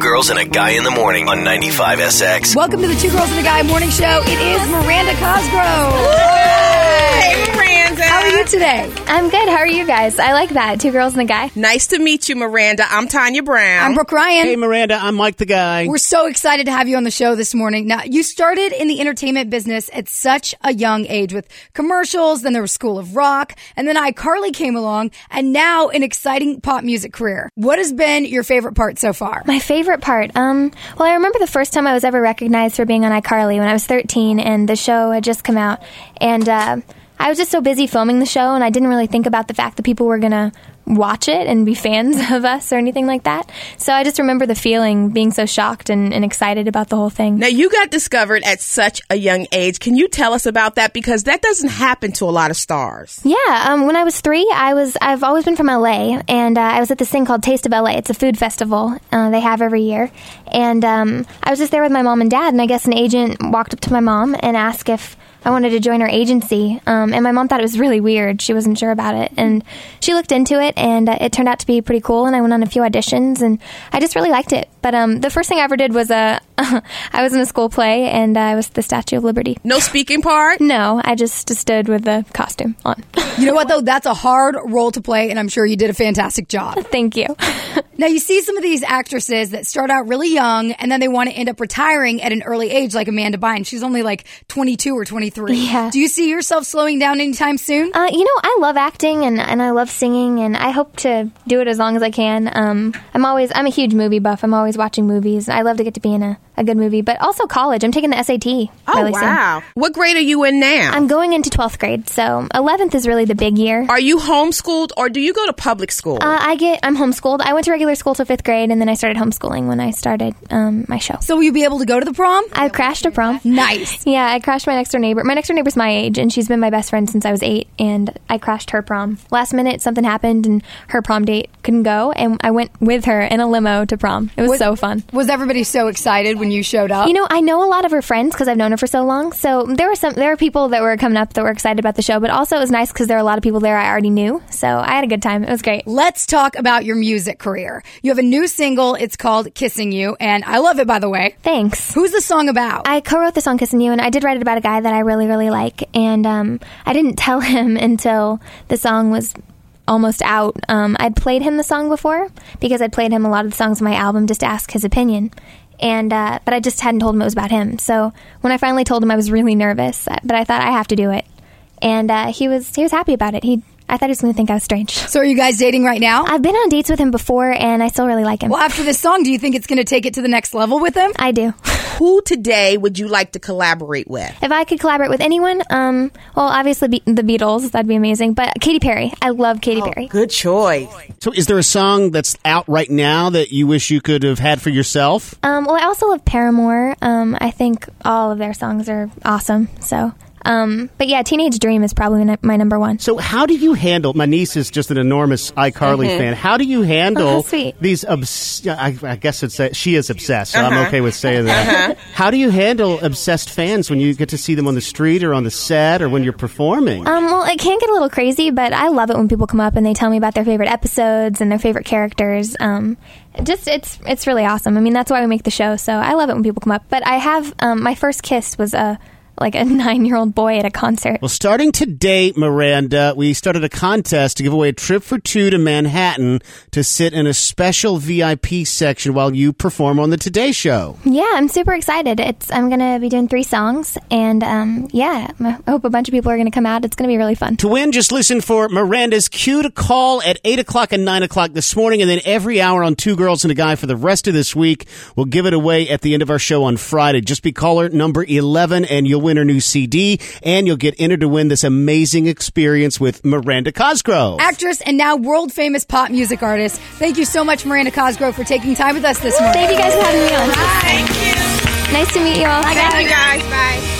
Girls and a Guy in the Morning on 95SX. Welcome to the Two Girls and a Guy Morning Show. It is Miranda Cosgrove. Hey, Miranda. How are you today? I'm good. How are you guys? I like that. Two girls and a guy. Nice to meet you, Miranda. I'm Tanya Brown. I'm Brooke Ryan. Hey, Miranda, I'm Mike the guy. We're so excited to have you on the show this morning. Now, you started in the entertainment business at such a young age with commercials, then there was School of Rock, and then iCarly came along, and now an exciting pop music career. What has been your favorite part so far? My favorite part. Um, well, I remember the first time I was ever recognized for being on iCarly when I was 13, and the show had just come out, and uh, I was just so busy filming the show, and I didn't really think about the fact that people were gonna watch it and be fans of us or anything like that. So I just remember the feeling, being so shocked and, and excited about the whole thing. now, you got discovered at such a young age. Can you tell us about that? Because that doesn't happen to a lot of stars. Yeah, um, when I was three, I was I've always been from LA, and uh, I was at this thing called Taste of LA. It's a food festival uh, they have every year, and um, I was just there with my mom and dad, and I guess an agent walked up to my mom and asked if I wanted to join her agency, um, and my mom thought it was really weird. She wasn't sure about it, and she looked into it, and uh, it turned out to be pretty cool. And I went on a few auditions, and I just really liked it. But um, the first thing I ever did was uh, I was in a school play, and uh, I was the Statue of Liberty. No speaking part. No, I just stood with the costume on. You know what though? That's a hard role to play, and I'm sure you did a fantastic job. Thank you. Now, you see some of these actresses that start out really young and then they want to end up retiring at an early age, like Amanda Bynes. She's only like 22 or 23. Yeah. Do you see yourself slowing down anytime soon? Uh, you know, I love acting and, and I love singing, and I hope to do it as long as I can. Um, I'm always I'm a huge movie buff. I'm always watching movies. I love to get to be in a, a good movie, but also college. I'm taking the SAT. Oh, really Soon. What grade are you in now? I'm going into 12th grade, so 11th is really the big year. are you homeschooled or do you go to public school? Uh, I get I'm homeschooled. I went to regular school till fifth grade, and then I started homeschooling when I started um, my show. So, will you be able to go to the prom? I crashed a prom. Nice. Yeah, I crashed my next door neighbor. My next door neighbor's my age, and she's been my best friend since I was eight. And I crashed her prom. Last minute, something happened, and her prom date couldn't go. And I went with her in a limo to prom. It was so fun. Was everybody so excited when you showed up? You know, I know a lot of her friends because I've known her for so long. So there were some there were people that were coming up that were excited about the show, but also it was nice because there were a lot of people there I already knew. So I had a good time. It was great. Let's talk about your music career. You have a new single. It's called Kissing You, and I love it, by the way. Thanks. Who's the song about? I co-wrote the song "Kissing You," and I did write it about a guy that I really, really like. And um, I didn't tell him until the song was almost out. Um, I'd played him the song before because I'd played him a lot of the songs on my album just to ask his opinion. And uh, but I just hadn't told him it was about him. So when I finally told him, I was really nervous, uh, but I thought I have to do it. And uh, he was he was happy about it. He I thought he was going to think I was strange. so, are you guys dating right now? I've been on dates with him before, and I still really like him. well, after this song, do you think it's going to take it to the next level with him? I do. Who today would you like to collaborate with? If I could collaborate with anyone, um, well, obviously be- the Beatles, that'd be amazing. But Katy Perry, I love Katy Perry. Good choice. So, is there a song that's out right now that you wish you could have had for yourself? Um, well, I also love Paramore. Um, I think all of their songs are awesome. So, um, but yeah, Teenage Dream is probably my- my number one. So, how do you handle? My niece is just an enormous iCarly fan. How do you Oh, how handle sweet. these? Obs- I, I guess it's uh, she is obsessed. So Uh-huh. I'm okay with saying that. How do you handle obsessed fans when you get to see them on the street or on the set or when you're performing? Um, well, it can get a little crazy, but I love it when people come up and they tell me about their favorite episodes and their favorite characters. Um, just it's it's really awesome. I mean, that's why we make the show. So I love it when people come up. But I have um, my first kiss was a like a nine year old boy at a concert. Well, starting today, Miranda, we started a contest to give away a trip for two to Manhattan to sit in a special VIP section while you perform on the Today Show. Yeah, I'm super excited. It's I'm gonna be doing three songs, and um, yeah, I hope a bunch of people are gonna come out. It's gonna be really fun. To win, just listen for Miranda's cue to call at 8 o'clock and 9 o'clock this morning, and then every hour on Two Girls and a Guy for the rest of this week. We'll give it away at the end of our show on Friday. Just be caller number 11, and you'll win her new CD, and you'll get entered to win this amazing experience with Miranda Cosgrove. Actress and now world famous pop music artist. Thank you so much, Miranda Cosgrove, for taking time with us this morning. Thank you guys for having me on. Thank you. Nice to meet you all. Thank you guys. Bye.